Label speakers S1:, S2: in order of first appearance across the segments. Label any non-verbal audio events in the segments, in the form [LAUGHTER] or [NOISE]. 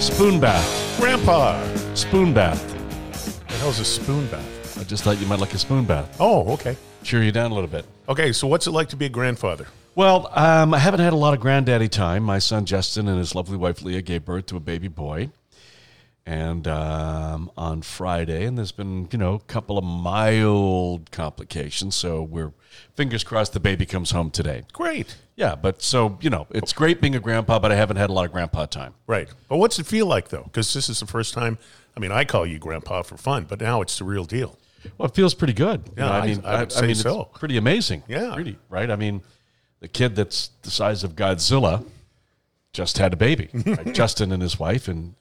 S1: Spoon bath.
S2: Grandpa.
S1: Spoon bath.
S2: What the hell's a spoon bath?
S1: I just thought you might like a spoon bath.
S2: Oh, okay.
S1: Cheer you down a little bit.
S2: Okay, so what's it like to be a grandfather?
S1: Well, um, I haven't had a lot of granddaddy time. My son Justin and his lovely wife Leah gave birth to a baby boy, and um, on Friday, and there's been you know a couple of mild complications. So we're fingers crossed the baby comes home today.
S2: Great.
S1: Yeah, but so you know it's great being a grandpa, but I haven't had a lot of grandpa time.
S2: Right. But what's it feel like though? Because this is the first time. I mean, I call you grandpa for fun, but now it's the real deal.
S1: Well, it feels pretty good. You
S2: Yeah, I- I would say
S1: mean,
S2: so.
S1: it's pretty amazing.
S2: Yeah.
S1: really, right? I mean, the kid that's the size of Godzilla just had a
S2: [LAUGHS]
S1: baby. right? Justin and his wife, and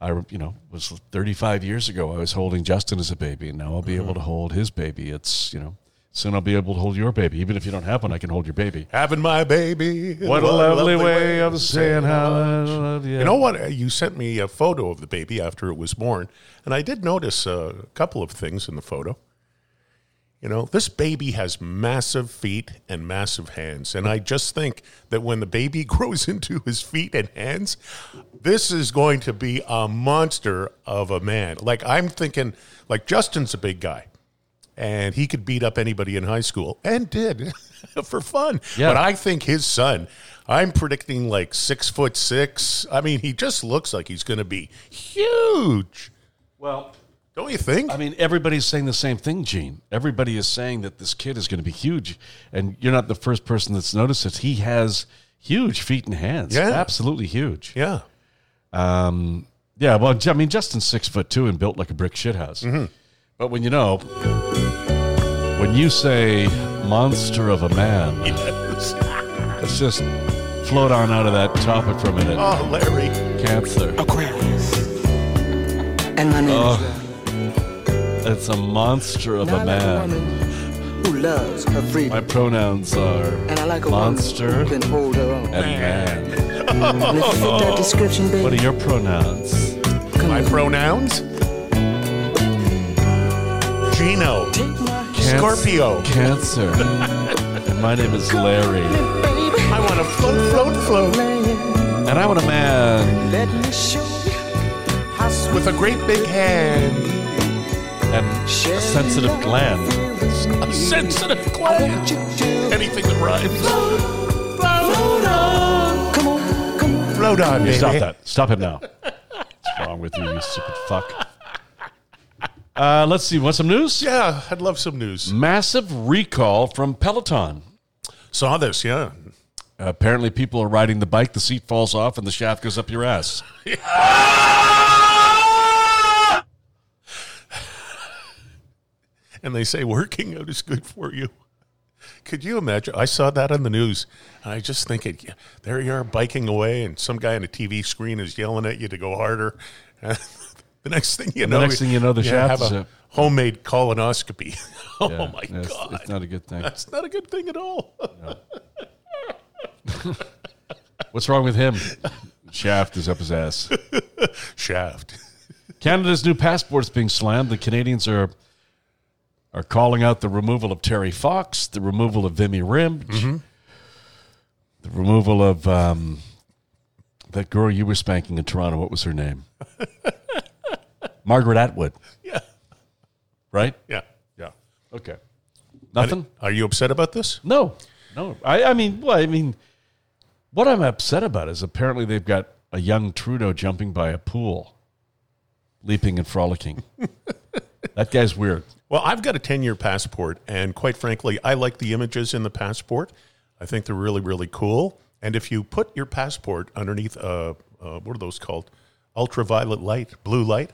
S1: I, re- you know, was 35 years ago. I was holding Justin as a baby, and now I'll be
S2: Uh-huh.
S1: able to hold his baby. It's you know, soon I'll be able to hold your baby. Even if you don't have one, I can hold your baby.
S2: Having my baby.
S1: What a lovely, way of saying how I love you.
S2: You know what? Uh, You sent me a photo of the baby after it was born, and I did notice uh, a couple of things in the photo. You know, this baby has massive feet and massive hands, and I just think that when the baby [LAUGHS] grows into his feet and hands, this is going to be a monster of a man. Like I'm thinking, like Justin's a big guy. And he could beat up anybody in high school and did [LAUGHS] for fun.
S1: Yeah.
S2: But I think his son, I'm predicting like six foot six. I mean, he just looks like he's going to be huge.
S1: well.
S2: Don't you think?
S1: I mean, everybody's saying the same thing, Gene. Everybody is saying that this kid is going to be huge, and you're not the first person that's noticed it. He has huge feet and hands.
S2: Yeah.
S1: absolutely huge.
S2: yeah.
S1: Um, yeah. Well, I mean, Justin's six foot two and built like a brick shithouse.
S2: Mm-hmm.
S1: But when you know, when you say monster of a man, let's just float on out of that topic for a minute.
S2: Oh, Larry.
S1: Cancer.
S3: Aquarius. And my name
S1: Oh,
S3: is Larry.
S1: It's a monster of
S3: Now
S1: a
S3: I like a
S1: man.
S3: woman who loves her freedom.
S1: My pronouns are
S3: and I like a
S1: monster
S3: woman who can hold her own.
S1: and man.
S3: And if you fit
S1: [LAUGHS]
S3: that description,
S1: What are
S3: baby,
S1: your pronouns?
S3: come
S2: My
S3: with me.
S2: pronouns? Gino.
S3: Take my
S1: Canc- Oh.
S2: Scorpio.
S1: [LAUGHS] Cancer. And my name is Larry.
S3: baby,
S2: I want to float, float, float
S1: And I want a man.
S3: let me show you how sweet
S2: with a great big hand.
S1: And a sensitive gland.
S2: A sensitive
S3: what
S2: gland.
S3: you do.
S2: Anything that rhymes.
S3: Come on, come on.
S2: Float on,
S1: Hey,
S2: baby.
S1: stop that. Stop it now. What's wrong with you, you stupid fuck? Uh, let's see. Want some news?
S2: Yeah, I'd love some news.
S1: Massive recall from Peloton.
S2: Saw this, yeah.
S1: Apparently, people are riding the bike, the seat falls off, and the shaft goes up your ass.
S2: [LAUGHS] And they say working out is good for you. Could you imagine? I saw that on the news, and I just think it. yeah, There you are biking away, and some guy on a TV screen is yelling at you to go harder. [LAUGHS] And the next thing you know,
S1: next thing you know, the
S2: you
S1: shaft
S2: have
S1: is
S2: a
S1: up.
S2: homemade colonoscopy. [LAUGHS] oh
S1: Yeah,
S2: my
S1: it's-
S2: god,
S1: It's not a good thing.
S2: that's not a good thing at all. [LAUGHS]
S1: What's wrong with him? Shaft is up his ass.
S2: shaft. [LAUGHS]
S1: Canada's new passport's being slammed. The Canadians are are calling out the removal of Terry Fox, the removal of Vimy Rimge, the removal of um, that girl you were spanking in Toronto. What was her name? Margaret Atwood,
S2: Yeah,
S1: right?
S2: yeah, yeah.
S1: Okay. Nothing?
S2: Are you upset about this?
S1: No. No. I, I mean, well, I mean, what I'm upset about is apparently they've got a young Trudeau jumping by a pool, leaping
S2: [LAUGHS]
S1: and frolicking. that guy's weird.
S2: Well, I've got a 10 year passport, and quite frankly, I like the images in the passport. I think they're really, really cool. And if you put your passport underneath, uh, uh, what are those called? Ultraviolet light, blue light,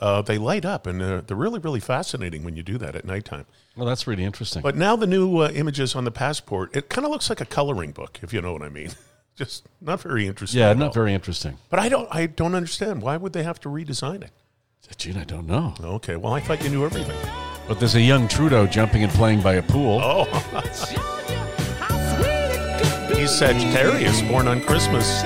S2: uh, they light up, and they're, they're really, really fascinating when you do that at nighttime.
S1: Well, that's really interesting.
S2: But now the new uh, images on the passport, it kind of looks like a coloring book, if you know what I mean. [LAUGHS] Just not very interesting.
S1: yeah,
S2: at
S1: not
S2: all.
S1: very interesting.
S2: But I don't, I don't understand. Why would they have to redesign it?
S1: Gene, I don't know.
S2: Okay, well, I thought you knew everything.
S1: But there's a young Trudeau jumping and playing by a pool.
S2: Oh, he's Sagittarius, born on Christmas.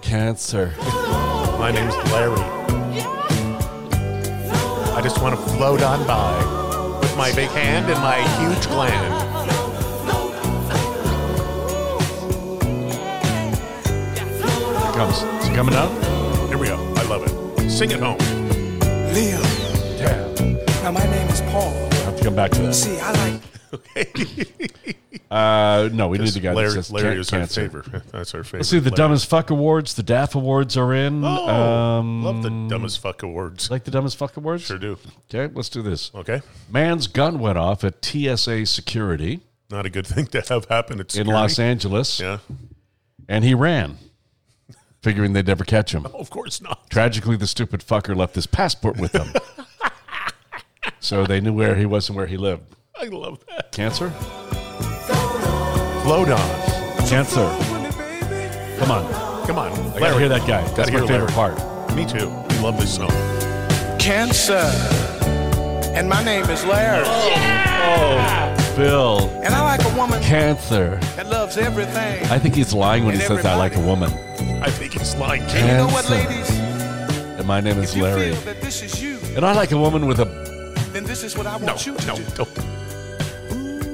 S1: Cancer.
S2: My name's Larry. I just want to float on by with my big hand and my huge gland.
S1: comes. Is it coming down?
S2: Here we go. I love it. Sing it home.
S4: Leo.
S1: Yeah.
S4: Now my name is Paul.
S1: I have to come back to that.
S4: See, I like
S1: Uh, no, we need the guy
S2: Larry,
S1: that says
S2: Larry
S1: can-
S2: is
S1: cancer.
S2: our favorite. [LAUGHS] That's our favorite.
S1: Let's see, the
S2: Larry.
S1: Dumb as Fuck Awards, the DAF Awards are in.
S2: Oh,
S1: um,
S2: love the dumb as fuck awards.
S1: like the Dumb as Fuck Awards?
S2: Sure do.
S1: Okay, let's do this.
S2: Okay.
S1: Man's gun went off at TSA security
S2: Not a good thing to have happen. It's
S1: in Los Angeles,
S2: Yeah.
S1: and he ran, figuring they'd never catch him.
S2: Of course not.
S1: Tragically, the stupid fucker left his passport with him. so they knew where he was and where he lived.
S2: I love that.
S1: Cancer?
S2: Load on.
S1: Cancer. Come on.
S2: Come on.
S1: I gotta hear that guy. That's
S2: Gotta
S1: my
S2: hear
S1: favorite
S2: Larry.
S1: part.
S2: Me too. We love this song.
S4: cancer. And my name is Larry.
S1: Bill.
S4: And I like a woman
S1: Cancer.
S4: that loves everything.
S1: I think he's lying when he
S4: And
S1: says, I like a woman.
S2: I think it's lying.
S4: and you know what,
S1: Cancer.
S4: ladies?
S1: And my name is
S4: if you
S1: Larry.
S4: feel that this is you,
S1: And I like a woman with a.
S4: then this is what I
S2: No,
S4: want you to
S2: no,
S4: do.
S2: don't.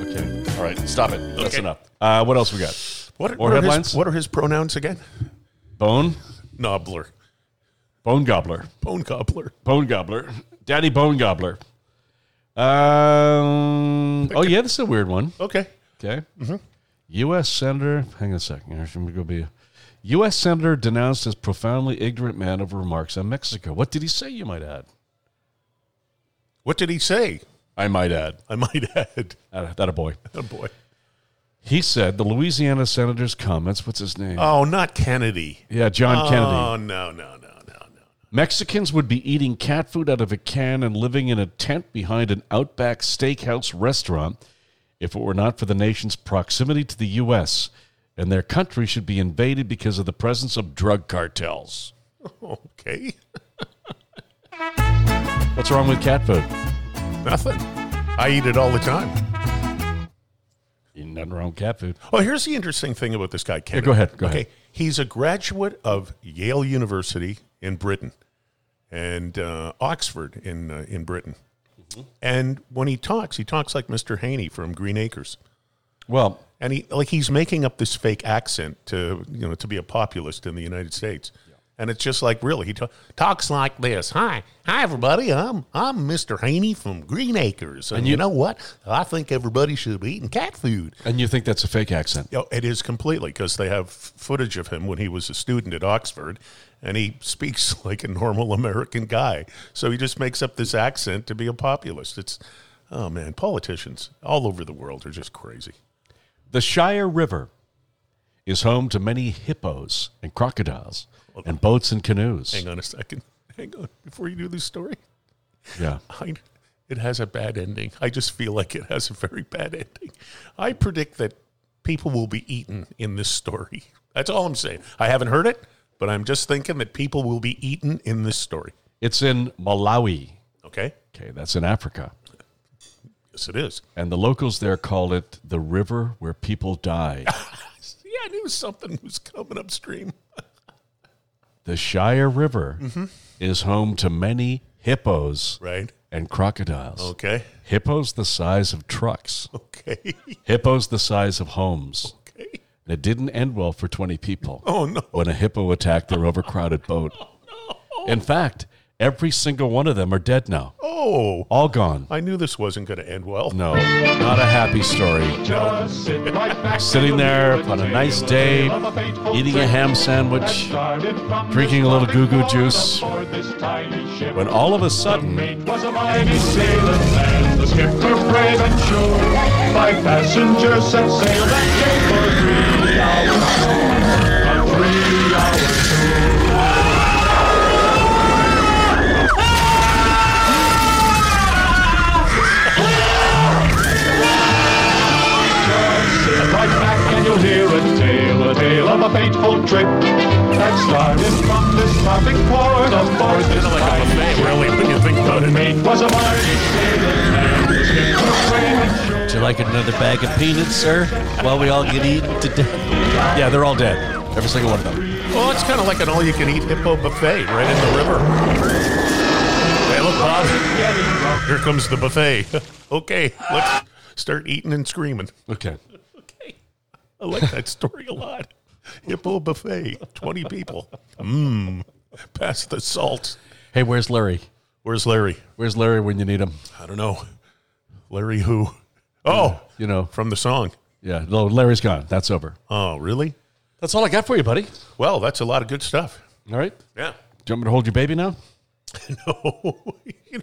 S1: Okay. All right. Stop it. That's
S2: Okay.
S1: enough. Uh, what else we got?
S2: What,
S1: More
S2: what are his,
S1: headlines?
S2: what are his pronouns again?
S1: Bone?
S2: Nobbler.
S1: Bone gobbler.
S2: Bone cobbler.
S1: Bone gobbler. Daddy bone gobbler. Um, oh, yeah. This is a weird one.
S2: Okay.
S1: Okay. U.S. Senator, hang on a second here. Should we go be U.S. Senator denounced as profoundly ignorant man over remarks on Mexico. What did he say, you might add?
S2: What did he say?
S1: I might add.
S2: I might [LAUGHS] add.
S1: That, that a boy.
S2: Oh, boy.
S1: He said the Louisiana senator's comments, what's his name?
S2: Oh, not Kennedy.
S1: yeah, John Kennedy.
S2: Oh, no, no, no, no, no.
S1: Mexicans would be eating cat food out of a can and living in a tent behind an outback steakhouse restaurant if it were not for the nation's proximity to the U.S., and their country should be invaded because of the presence of drug cartels.
S2: Okay.
S1: What's wrong with cat food?
S2: Nothing. I eat it all the time.
S1: Eating nothing wrong with cat food.
S2: Oh, here's the interesting thing about this guy, Kennedy.
S1: go ahead, go
S2: okay.
S1: ahead.
S2: He's a graduate of Yale University in Britain and uh, Oxford in, uh, in Britain. Mm-hmm. And when he talks, he talks like Mr. Haney from Green Acres.
S1: Well,
S2: And he like he's making up this fake accent to you know to be a populist in the United States. And it's just like really he ta- talks like this. Hi, hi everybody. I'm I'm Mr. Haney from Green Acres. And, you, know what? I think everybody should be eating cat food.
S1: and you think that's a fake accent?
S2: You know, it is completely because they have f- footage of him when he was a student at Oxford, and he [LAUGHS] speaks like a normal American guy. So he just makes up this accent to be a populist. It's oh man, politicians all over the world are just crazy.
S1: The Shire River is home to many hippos and crocodiles and boats and canoes.
S2: Hang on a second. Hang on. Before you do this story,
S1: Yeah.
S2: I, it has a bad ending. I just feel like it has a very bad ending. I predict that people will be eaten in this story. That's all I'm saying. I haven't heard it, but I'm just thinking that people will be eaten in this story.
S1: It's in Malawi.
S2: Okay?
S1: Okay, that's in Africa.
S2: Yes, it is.
S1: And the locals there call it the river where people die.
S2: Yeah, I knew something was coming upstream.
S1: The Shire River is home to many hippos
S2: Mm-hmm. Right.
S1: and crocodiles.
S2: Okay. [LAUGHS]
S1: Hippos the size of trucks,
S2: Okay.
S1: hippos the size of homes.
S2: okay.
S1: And it didn't end well for 20 people.
S2: Oh, no.
S1: when a hippo attacked their
S2: [LAUGHS]
S1: overcrowded boat. In fact, every single one of them are dead now.
S2: Oh,
S1: All gone.
S2: I knew this wasn't going to end well.
S1: No, not a happy story. Sitting there on a nice day, eating a ham sandwich, drinking a little goo goo juice, when all of a sudden,
S5: was a mighty sailor man, the skipper brave and sure. Five passengers set sail that day for three hours, a three-hour tour. Sit Right back and you'll hear a tale, a tale of a fateful trip that started from this tropic port aboard this tiny ship.
S2: Really, when you think about it,
S5: It was a mighty sailor man, the skipper brave and sure.
S6: Would you like another bag of peanuts, sir? While we all get eaten to death.
S1: yeah, they're all dead. Every single one of them.
S2: Well, it's kind of like an all-you-can-eat hippo buffet right in the river. Hey, look, Bob. Here comes the buffet. [LAUGHS] okay, let's start eating and screaming.
S1: Okay.
S2: I like that story a lot. Hippo buffet, 20 people. Mmm. Pass the salt.
S1: Hey, where's Larry?
S2: Where's Larry?
S1: Where's Larry when you need him?
S2: I don't know. Larry who? Oh,
S1: You know,
S2: from the song.
S1: yeah. No, Larry's gone. That's over.
S2: Oh, really?
S1: That's all I got for you, buddy.
S2: Well, that's a lot of good stuff.
S1: All right.
S2: Yeah.
S1: Do you want me to hold your baby now?
S2: [LAUGHS] No.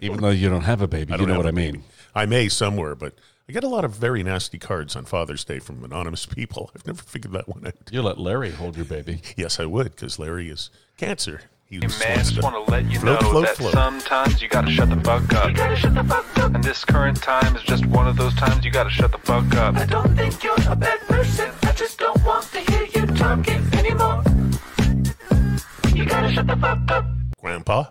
S1: Even though you don't have a baby, you know
S2: have
S1: what
S2: a
S1: I mean.
S2: I may somewhere, but I get a lot of very nasty cards on Father's Day from anonymous [LAUGHS] people. I've never figured that one out.
S1: You let Larry hold your baby.
S2: Yes, I would, because Larry is cancer. He
S7: Hey
S2: was
S7: man, just want to let you
S2: Float,
S7: know
S2: float,
S7: that
S2: float.
S7: sometimes you gotta shut the fuck up. And this current time is just one of those times you gotta shut the fuck up.
S8: I don't think you're a bad person. I just don't want to hear you talking anymore. You gotta shut the fuck up.
S2: Grandpa.